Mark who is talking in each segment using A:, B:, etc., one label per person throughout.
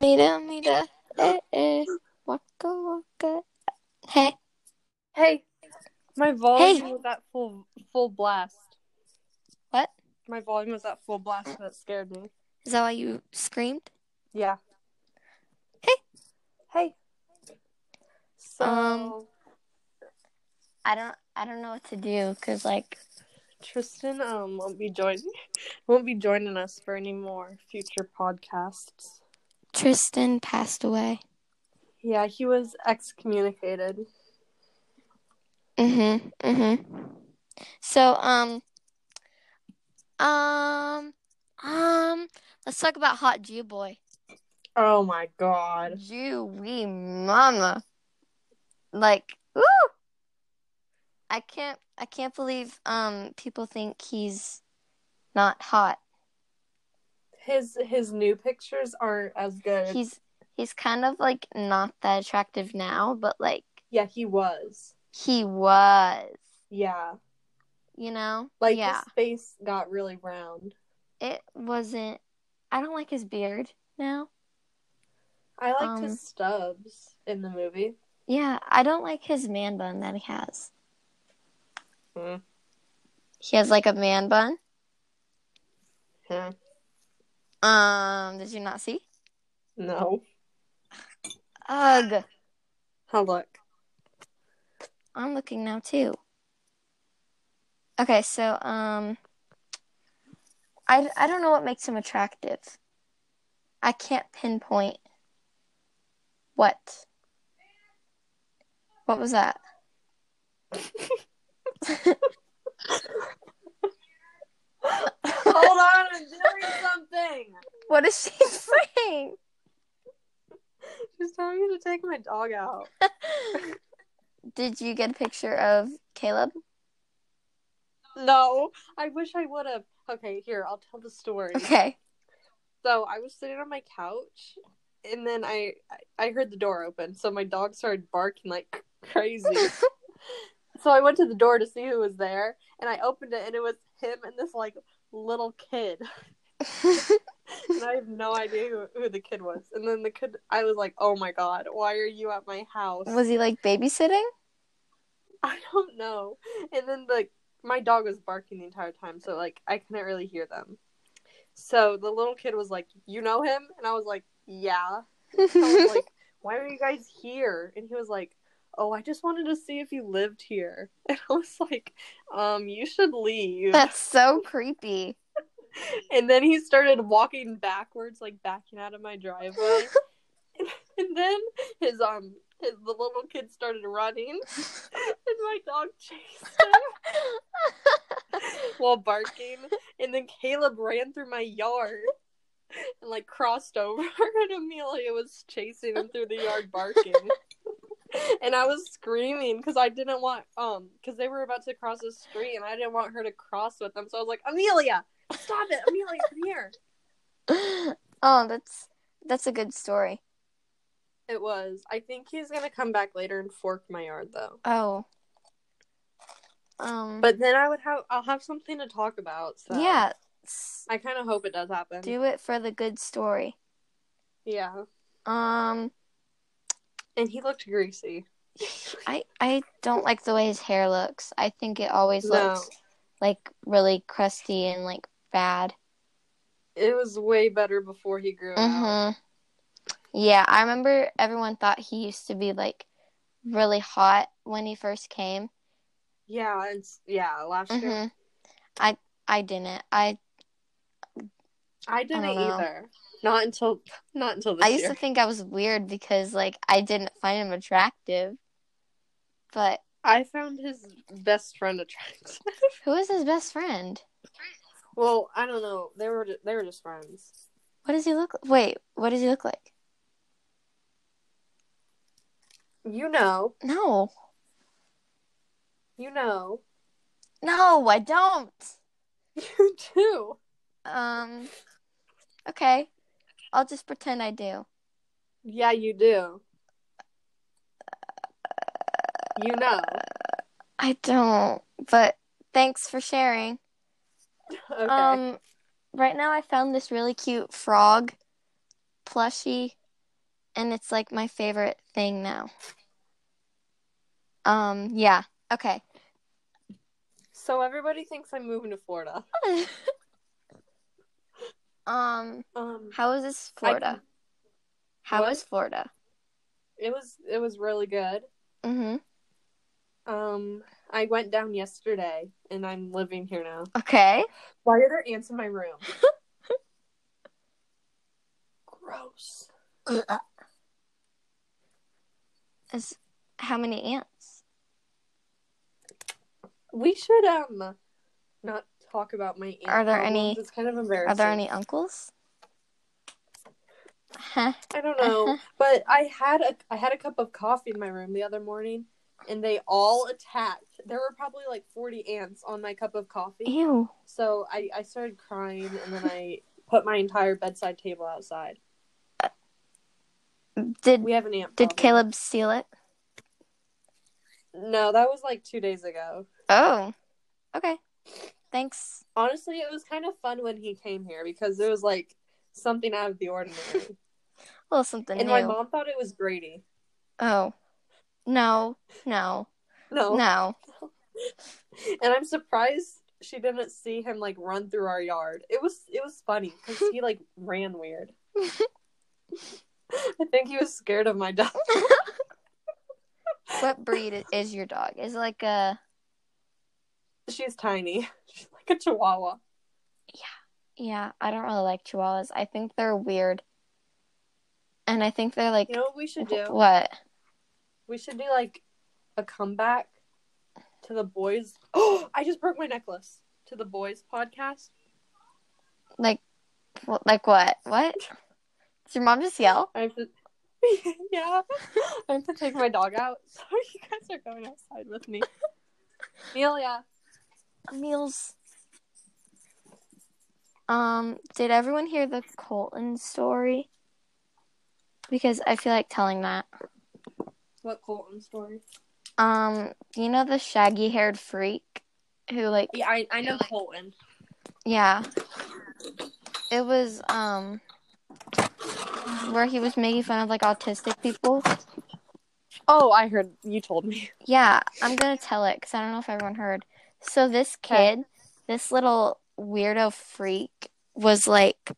A: Mira, mira, eh, eh, waka waka. Hey,
B: Hey, my volume
A: Hey.
B: was at full full blast.
A: what?
B: My volume was at full blast, and that scared me.
A: Is that why you screamed?
B: Yeah.
A: Hey.
B: Hey. So
A: Um. I don't, I don't know what to do because like
B: Tristan um won't be joining won't be joining us for any more future podcasts.
A: Tristan passed away.
B: Yeah, he was excommunicated.
A: Mhm, mhm. So, um, um, um, let's talk about hot Jew boy.
B: Oh my god.
A: Jew, we mama. Like, woo! I can't, I can't believe um people think he's not hot.
B: His his new pictures aren't as good.
A: he's he's kind of like not that attractive now, but like
B: yeah, he was.
A: he was,
B: Yeah.
A: you know?
B: Like
A: yeah.
B: his face got really round.
A: It wasn't I don't like his beard now.
B: I liked
A: Um,
B: his stubs in the movie.
A: Yeah, I don't like his man bun that he has.
B: Hmm.
A: He has like a man bun.
B: Hmm.
A: Um, did you not see?
B: No.
A: Ugh.
B: How look.
A: I'm looking now too. Okay, so um I I don't know what makes him attractive. I can't pinpoint what. What was that?
B: Hold on, I'm doing something.
A: What is she saying?
B: She's telling me to take my dog out.
A: Did you get a picture of Caleb?
B: No, I wish I would have. Okay, here, I'll tell the story.
A: Okay.
B: So I was sitting on my couch and then I I heard the door open, so my dog started barking like crazy. so I went to the door to see who was there, and I opened it and it was him and this like little kid. and I have no idea who, who the kid was. And then the kid, I was like, oh my god, why are you at my house?
A: was he like babysitting?
B: I don't know. And then like my dog was barking the entire time, so like I couldn't really hear them. So the little kid was like, you know him? And I was like, yeah. I was like, why are you guys here? And he was like, oh, I just wanted to see if you lived here. And I was like, um, you should leave.
A: That's so creepy.
B: And then he started walking backwards, like backing out of my driveway. and then his um his the little kid started running, and my dog chased him while barking. And then Caleb ran through my yard and like crossed over, and Amelia was chasing him through the yard barking. And I was screaming because I didn't want um because they were about to cross the street and I didn't want her to cross with them. So I was like, Amelia, stop it, Amelia, come here.
A: oh, that's that's a good story.
B: It was. I think he's gonna come back later and fork my yard though.
A: Oh. Um
B: But then I would have I'll have something to talk about. So
A: yeah, s-
B: I kind of hope it does happen.
A: do it for the good story.
B: yeah.
A: Um
B: And he looked greasy.
A: I I don't like the way his hair looks. I think it always
B: No.
A: looks like really crusty and like bad.
B: It was way better before he grew out.
A: Mhm. Yeah, I remember everyone thought he used to be like really hot when he first came.
B: Yeah, and s- yeah, last year
A: Mhm. I I didn't. I
B: I didn't
A: don't know.
B: either. Not until not until this
A: I used
B: year.
A: to think I was weird because like I didn't find him attractive. But
B: I found his best friend attractive.
A: who is his best friend?
B: well, I don't know. They were ju- they were just friends.
A: What does he look Wait, what does he look like?
B: You know,
A: No.
B: you know,
A: No, I don't.
B: you too.
A: Um okay. I'll just pretend I do.
B: Yeah, you do. You know.
A: I don't. But thanks for sharing.
B: Okay.
A: Um, right now I found this really cute frog plushie and it's like my favorite thing now. Um, yeah. Okay.
B: So everybody thinks I'm moving to Florida.
A: um,
B: Um,
A: how is this Florida? How
B: What?
A: is Florida?
B: it was it was really good.
A: Mhm.
B: Um, I went down yesterday, and I'm living here now.
A: Okay.
B: Why are there ants in my room? Gross.
A: Is how many ants?
B: We should um, not talk about my ant.
A: Are there
B: problems.
A: any-
B: It's kind of embarrassing.
A: Are there any uncles? Huh.
B: I don't know, but I had a I had a cup of coffee in my room the other morning, and they all attacked. There were probably like forty ants on my cup of coffee,
A: Ew.
B: so I I started crying, and then I put my entire bedside table outside.
A: Did
B: We have an ant.
A: did
B: problem.
A: Caleb steal it?
B: No, that was like two days ago.
A: Oh. Okay. Thanks.
B: Honestly, it was kind of fun when he came here because it was like something out of the ordinary,
A: A little something
B: and
A: new.
B: my mom thought it was Brady.
A: oh. No. No.
B: No,
A: No.
B: and I'm surprised she didn't see him like run through our yard. It was it was funny because he like ran weird. I think he was scared of my dog.
A: What breed i- is your dog? Is it like a
B: She's tiny. She's like a chihuahua.
A: Yeah, I don't really like chihuahuas. I think they're weird. And I think they're like
B: You know what we should
A: wh-
B: do?
A: what?
B: We should do like a comeback to the boys. Oh, I just broke my necklace to the boys podcast.
A: Like wh- like what? What? Did your mom just yell?
B: I have to. yeah, I have to take my dog out. So you guys are going outside with me. Amelia.
A: Meals. Um, did everyone hear the Colton story? Because I feel like telling that.
B: What Colton story?
A: Um, you know the shaggy haired freak who like
B: Yeah, I, I know Colton.
A: Yeah. It was um where he was making fun of like autistic people.
B: Oh, I heard you told me.
A: Yeah, I'm gonna tell it because I don't know if everyone heard. So this
B: Okay.
A: kid, this little weirdo freak, was like,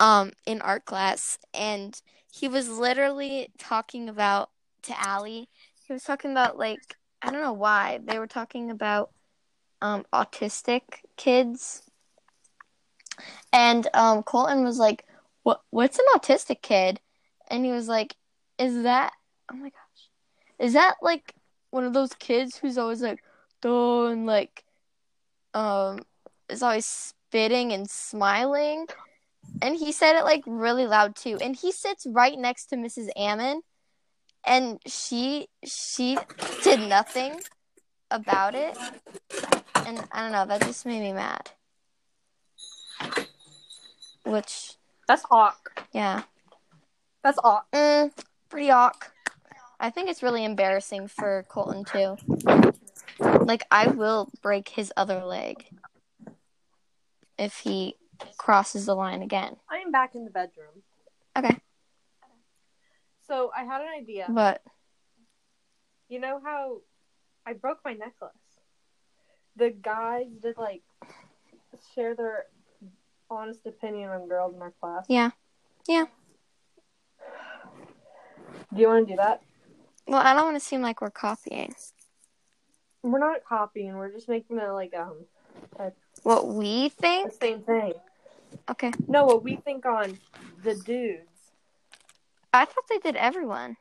A: um, in art class, and he was literally talking about to Allie. He was talking about like I don't know why they were talking about um autistic kids, and um Colton was like, "What? What's an autistic kid?" And he was like, "Is that? Oh my gosh." Is that like one of those kids who's always like, duh, and like, um, is always spitting and smiling? And he said it like really loud too. And he sits right next to Mrs. Ammon, and she she did nothing about it. And I don't know, that just made me mad. Which,
B: That's Hawk.
A: yeah,
B: That's Hawk.
A: mm, pretty awk. I think it's really embarrassing for Colton too. Like I will break his other leg if he crosses the line again.
B: I am back in the bedroom.
A: Okay.
B: So I had an idea.
A: But
B: You know how I broke my necklace? The guys did like share their honest opinion on girls in our class.
A: Yeah. Yeah.
B: Do you want to do that?
A: well, I don't want to seem like we're copying
B: We're not copying. We're just making a like um
A: what we
B: the
A: think.
B: same thing.
A: Okay.
B: No, what we think on the dudes.
A: I thought they did everyone.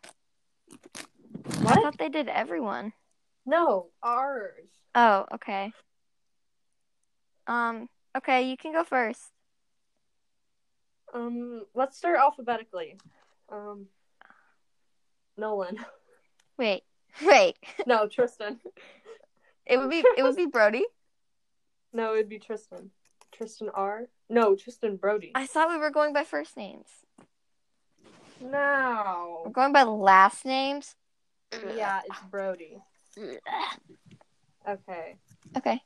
A: I
B: What?
A: thought they did everyone.
B: No, ours.
A: Oh, okay. Um, okay, you can go first.
B: Um, let's start alphabetically. Um, Nolan.
A: Wait. Wait.
B: No, Tristan.
A: It would be it would be Brody.
B: No, it'd be Tristan. Tristan R. No, Tristan Brody.
A: I thought we were going by first names. We're
B: No.
A: going by last names. Mm-hmm.
B: Yeah, it's Brody. Okay.
A: Okay.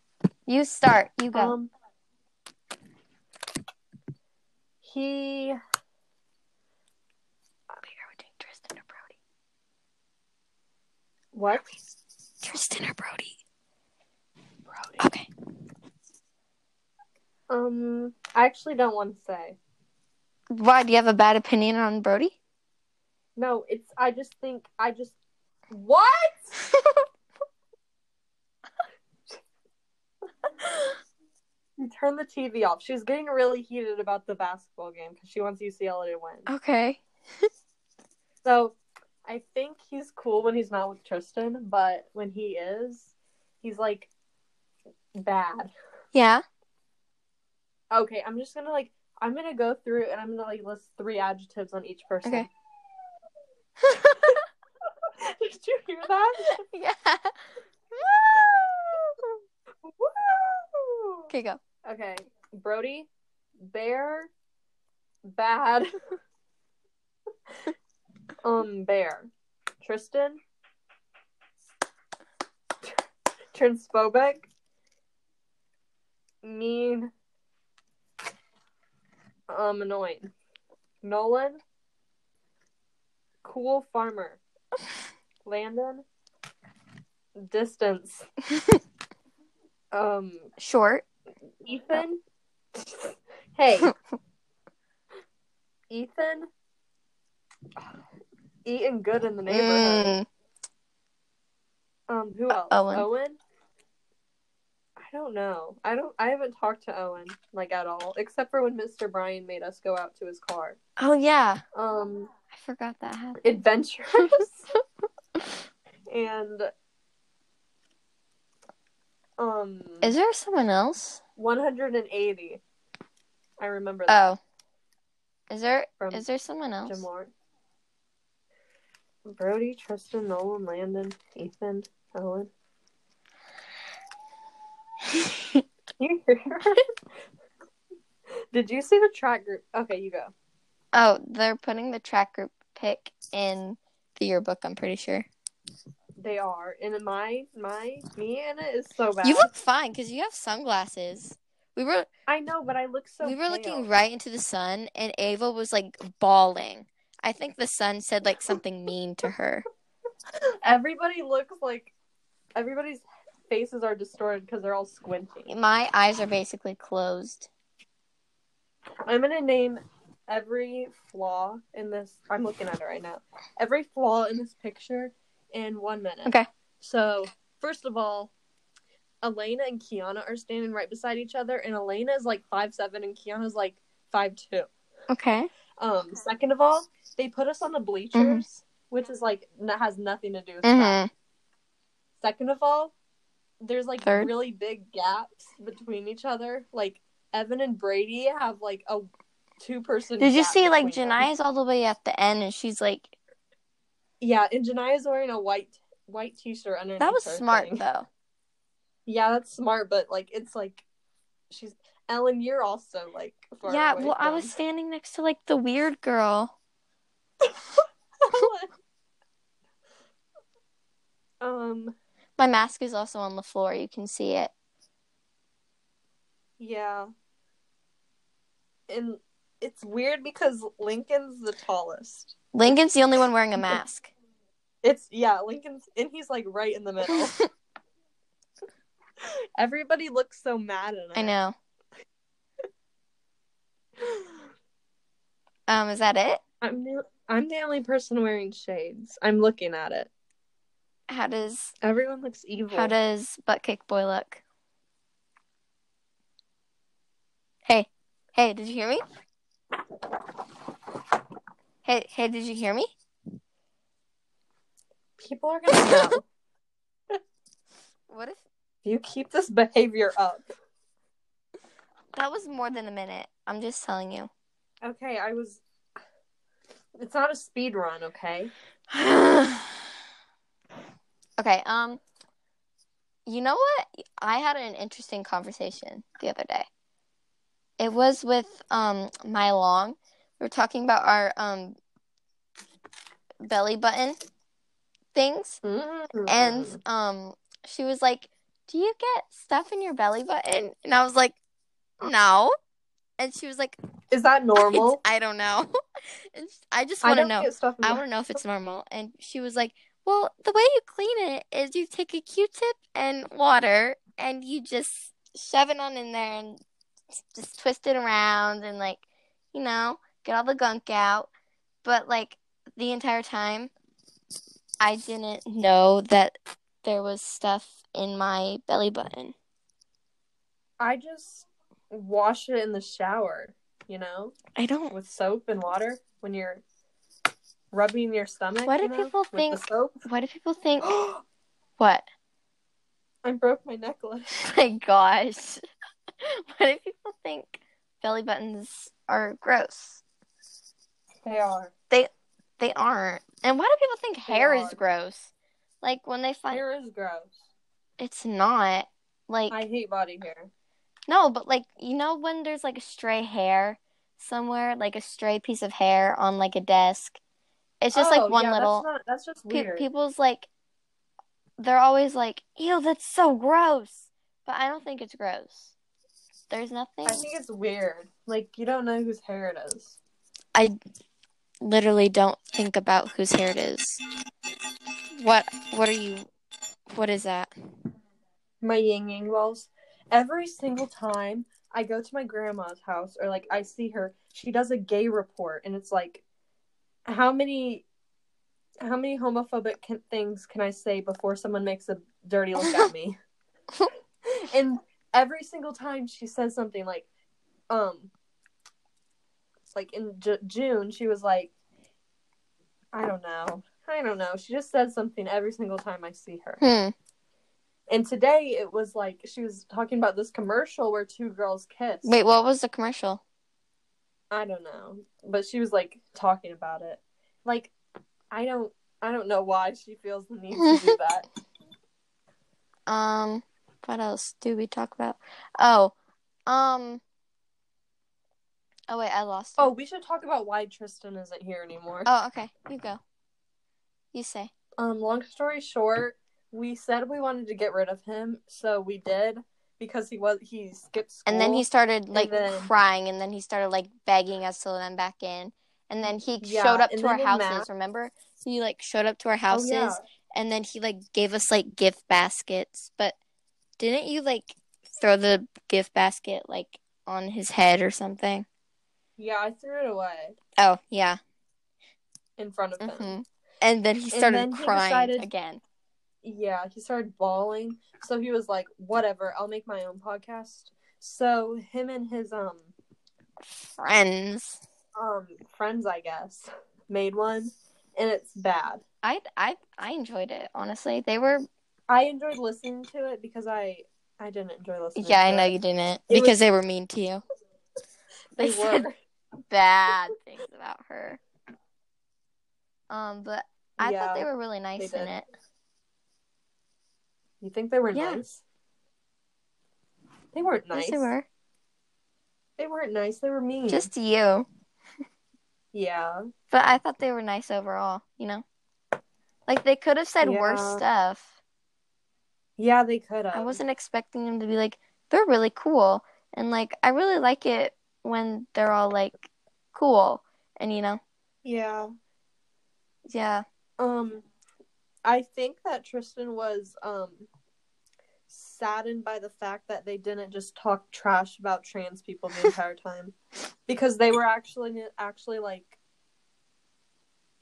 A: You start. You go.
B: Um. He. What?
A: Tristan or Brody?
B: Brody.
A: Okay.
B: Um, I actually don't want to say.
A: Why do you have a bad opinion on Brody?
B: No, it's. I just think. I just. What? You turn the TV off. She was getting really heated about the basketball game because she wants UCLA to win.
A: okay.
B: So I think he's cool when he's not with Tristan, but when he is, he's like bad.
A: Yeah.
B: Okay, I'm just gonna like I'm gonna go through and I'm gonna like list three adjectives on each person.
A: Okay.
B: Did you hear that?
A: Yeah.
B: Woo! Woo!
A: Okay, go.
B: Okay, Brody, bear, bad. um, bear. Tristan, transphobic, mean, um, annoying. Nolan, cool farmer. Landon, distance. um,
A: Short.
B: Ethan. hey. Ethan. Eating good in the
A: Mm.
B: neighborhood. Um, who else?
A: Owen.
B: I don't know. I don't. I haven't talked to Owen like at all, except for when Mr. Brian made us go out to his car.
A: Oh yeah.
B: Um,
A: I forgot that happened.
B: adventurous. and um,
A: Is there someone else?
B: 180. I remember that
A: Oh. Is there
B: from
A: is there someone else?
B: Jamar. Brody, Tristan, Nolan, Landon, Ethan, Owen. You hear it? Did you see the track group? Okay, you go.
A: oh, they're putting the track group pick in the yearbook, I'm pretty sure.
B: They are. And then my my me and it is so bad.
A: You look fine cuz you have sunglasses. We were
B: I know, but I look so
A: we were looking
B: pale.
A: right into the sun and Ava was like bawling. I think the sun said like something mean to her.
B: Everybody looks like everybody's faces are distorted because they're all squinting.
A: My eyes are basically closed.
B: I'm gonna name every flaw in this. I'm looking at it right now. Every flaw in this picture in one minute.
A: Okay.
B: So first of all, Elena and Kiana are standing right beside each other, and Elena is like five seven, and Kiana's like five two.
A: Okay.
B: Um. Second of all, they put us on the bleachers, which is like n- has nothing to do with that.
A: Mhm.
B: Second of all, there's like
A: Third.
B: really big gaps between each other. Like Evan and Brady have like a two person.
A: Did you see like Jania's all the way at the end and she's like
B: Yeah, and Jania's wearing a white white t shirt underneath.
A: that was
B: her
A: smart
B: thing.
A: though.
B: Yeah, that's smart, but like it's like she's Ellen. You're also like far
A: yeah,
B: away
A: well I
B: from-
A: was standing next to like the weird girl.
B: um.
A: My mask is also on the floor. You can see it.
B: Yeah. And it's weird because Lincoln's the tallest.
A: Lincoln's the only one wearing a mask.
B: It's yeah, Lincoln's and he's like right in the middle. Everybody looks so mad at him.
A: I know. Um, is that it?
B: I'm the, I'm the only person wearing shades. I'm looking at it.
A: How does
B: Everyone looks evil.
A: how does butt kick boy look? Hey, hey, did you hear me? Hey, hey, did you hear me?
B: People are gonna know.
A: What if
B: If you keep this behavior up.
A: that was more than a minute? I'm just telling you.
B: Okay, I was. It's not a speed run, okay?
A: okay, um you know what? I had an interesting conversation the other day. It was with um my long. We were talking about our um belly button things
B: Mm-hmm.
A: and um she was like, "Do you get stuff in your belly button?" And I was like, "No." And she was like,
B: is that normal?
A: "I don't know." and I just
B: I
A: want to
B: don't
A: know.
B: get stuff. in
A: I
B: my-
A: want to know if it's normal. And she was like, Well, the way you clean it is you take a Q-tip and water and you just shove it on in there and just twist it around and like, you know, get all the gunk out. But like the entire time, I didn't know that there was stuff in my belly button.
B: I just wash it in the shower, you know,
A: I don't.
B: with soap and water when you're rubbing your stomach.
A: Why do
B: you know,
A: people
B: with the
A: think-
B: soap.
A: Why do people think what?
B: I broke my necklace.
A: My gosh. Why do people think belly buttons are gross?
B: They are.
A: They aren't. And why do people think
B: They
A: hair is
B: are.
A: gross? Like when they find
B: Hair is gross.
A: it's not. Like
B: I hate body hair.
A: no, but like you know when there's like a stray hair somewhere, like a stray piece of hair on like a desk. It's just
B: Oh,
A: like one
B: yeah,
A: little
B: That's, not, that's just
A: pe-
B: weird.
A: people's like they're always like, "Ew, that's so gross." But I don't think it's gross. There's nothing.
B: I think it's weird. Like you don't know whose hair it is.
A: I literally don't think about whose hair it is. What what are you what is that?
B: my yin yang balls. Every single time I go to my grandma's house or like I see her, she does a gay report, and it's like, how many, how many homophobic can, things can I say before someone makes a dirty look at me? and every single time she says something like, um, like in J- June she was like, I don't know, I don't know. She just says something every single time I see her.
A: Hmm.
B: And today it was like she was talking about this commercial where two girls kiss.
A: Wait, what was the commercial?
B: I don't know, but she was like talking about it. Like I don't I don't know why she feels the need to do that.
A: Um what else do we talk about? Oh. Um Oh wait, I lost. it.
B: oh, we should talk about why Tristan isn't here anymore.
A: Oh, okay. You go. You say.
B: Um long story short, we said we wanted to get rid of him, so we did because he was he skipped school.
A: And then he started like
B: then-
A: crying and then he started like begging us to let him back in. And then he
B: Yeah,
A: showed up
B: and
A: to our
B: then in math-
A: houses, remember? He like showed up to our
B: Oh,
A: houses
B: yeah.
A: and then he like gave us like gift baskets but didn't you like throw the gift basket like on his head or something
B: yeah, I threw it away
A: oh yeah
B: in front of him.
A: hmm and then he started
B: Mm-hmm. then he
A: crying
B: decided-
A: again
B: yeah, he started bawling. So he was like, whatever, I'll make my own podcast. So him and his um
A: friends
B: um friends, I guess, made one and it's bad.
A: i i i enjoyed it honestly they were
B: I enjoyed listening to it because I I didn't enjoy listening.
A: yeah
B: to
A: i know
B: it.
A: you didn't
B: It was-
A: because they were mean to you
B: They
A: They said-
B: were.
A: bad things about her um but i
B: Yeah.
A: thought they were really nice in
B: did.
A: it
B: You think they were
A: Yeah.
B: nice? They weren't nice. Hmm.
A: yes they were
B: They weren't nice. They were mean.
A: just to you
B: yeah.
A: But I thought they were nice overall, you know? Like they could have said worse
B: Yeah.
A: stuff.
B: Yeah, they could have.
A: I wasn't expecting them to be like, they're really cool. And like I really like it when they're all like cool and you know,
B: Yeah.
A: yeah.
B: Um, I think that Tristan was um saddened by the fact that they didn't just talk trash about trans people the entire time, because they were actually actually like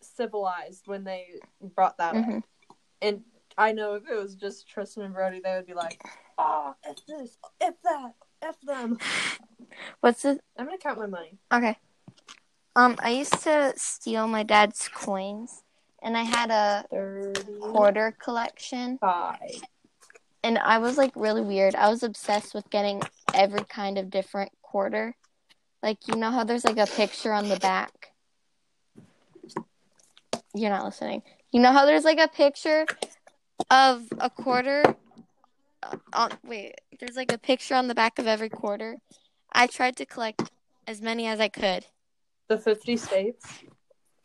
B: civilized when they brought that up.
A: Mhm.
B: And I know if it was just Tristan and Brody, they would be like, "Oh, f this, f that, f them."
A: What's the
B: I'm gonna count my money.
A: Okay. Um I used to steal my dad's coins and I had a
B: Thirty-five.
A: quarter collection and I was like really weird. I was obsessed with getting every kind of different quarter. Like you know how there's like a picture on the back. You're not listening. You know how there's like a picture of a quarter. Uh, on, wait, there's like a picture on the back of every quarter. I tried to collect as many as I could.
B: The fifty states.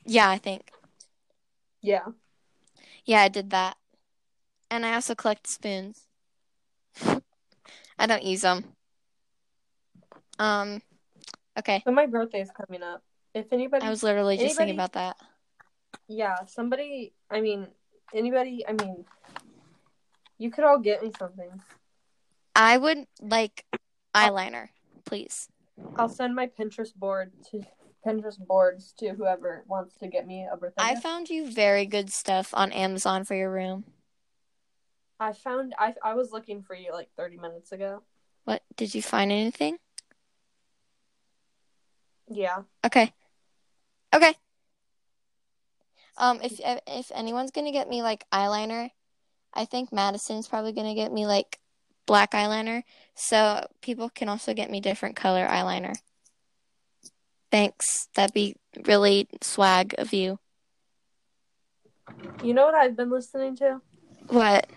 A: Yeah, I think.
B: Yeah.
A: Yeah, I did that. And I also collect spoons. I don't use them. Um, okay.
B: So my birthday's coming up. If anybody
A: I was literally just thinking
B: Anybody-
A: about that.
B: Yeah, somebody, I mean, anybody, I mean, you could all get me something.
A: I would like eyeliner, please.
B: I'll send my Pinterest board to Pinterest boards to whoever wants to get me a birthday.
A: I
B: gift.
A: found you very good stuff on Amazon for your room.
B: I found I I was looking for you like 30 minutes ago.
A: What did you find anything?
B: Yeah.
A: Okay. Okay. Um if if anyone's going to get me like eyeliner, I think Madison's probably going to get me like black eyeliner, so people can also get me different color eyeliner. Thanks. That'd be really swag of you.
B: You know what I've been listening to?
A: What?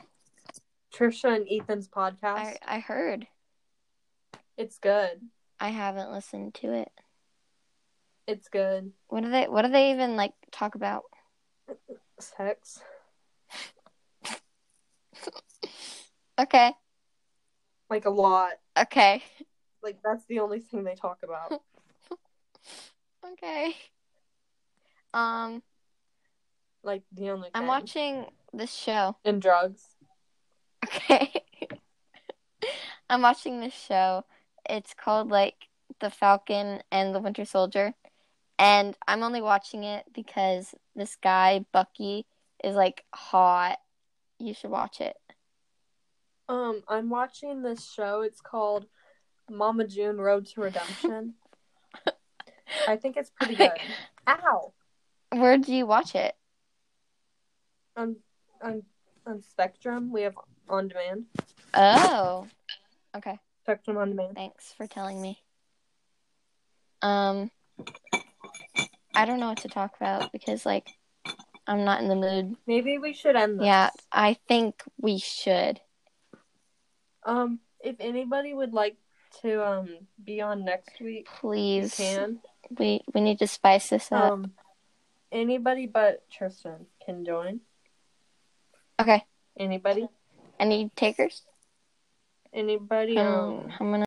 B: Trisha and Ethan's podcast.
A: I I heard.
B: It's good.
A: I haven't listened to it.
B: It's good.
A: What do they what do they even like talk about?
B: Sex.
A: Okay.
B: Like a lot.
A: Okay.
B: Like that's the only thing they talk about.
A: Okay. Um
B: Like the only
A: I'm
B: thing.
A: watching this show.
B: and drugs.
A: Okay. I'm watching this show. It's called like The Falcon and the Winter Soldier. And I'm only watching it because this guy, Bucky, is like hot. You should watch it.
B: Um, I'm watching this show. It's called Mama June Road to Redemption. I think it's pretty good. Ow.
A: Where do you watch it?
B: On on on Spectrum, we have on demand.
A: Oh. Okay.
B: Spectrum on demand.
A: Thanks for telling me. Um, I don't know what to talk about because, like, I'm not in the mood.
B: Maybe we should end this.
A: Yeah, I think we should.
B: Um, if anybody would like to um be on next week, you
A: Please,
B: can.
A: we we need to spice this up.
B: Um, anybody but Tristan can join.
A: okay,
B: Anybody?
A: any takers?
B: Anybody?
A: Um,
B: Um,
A: I'm gonna.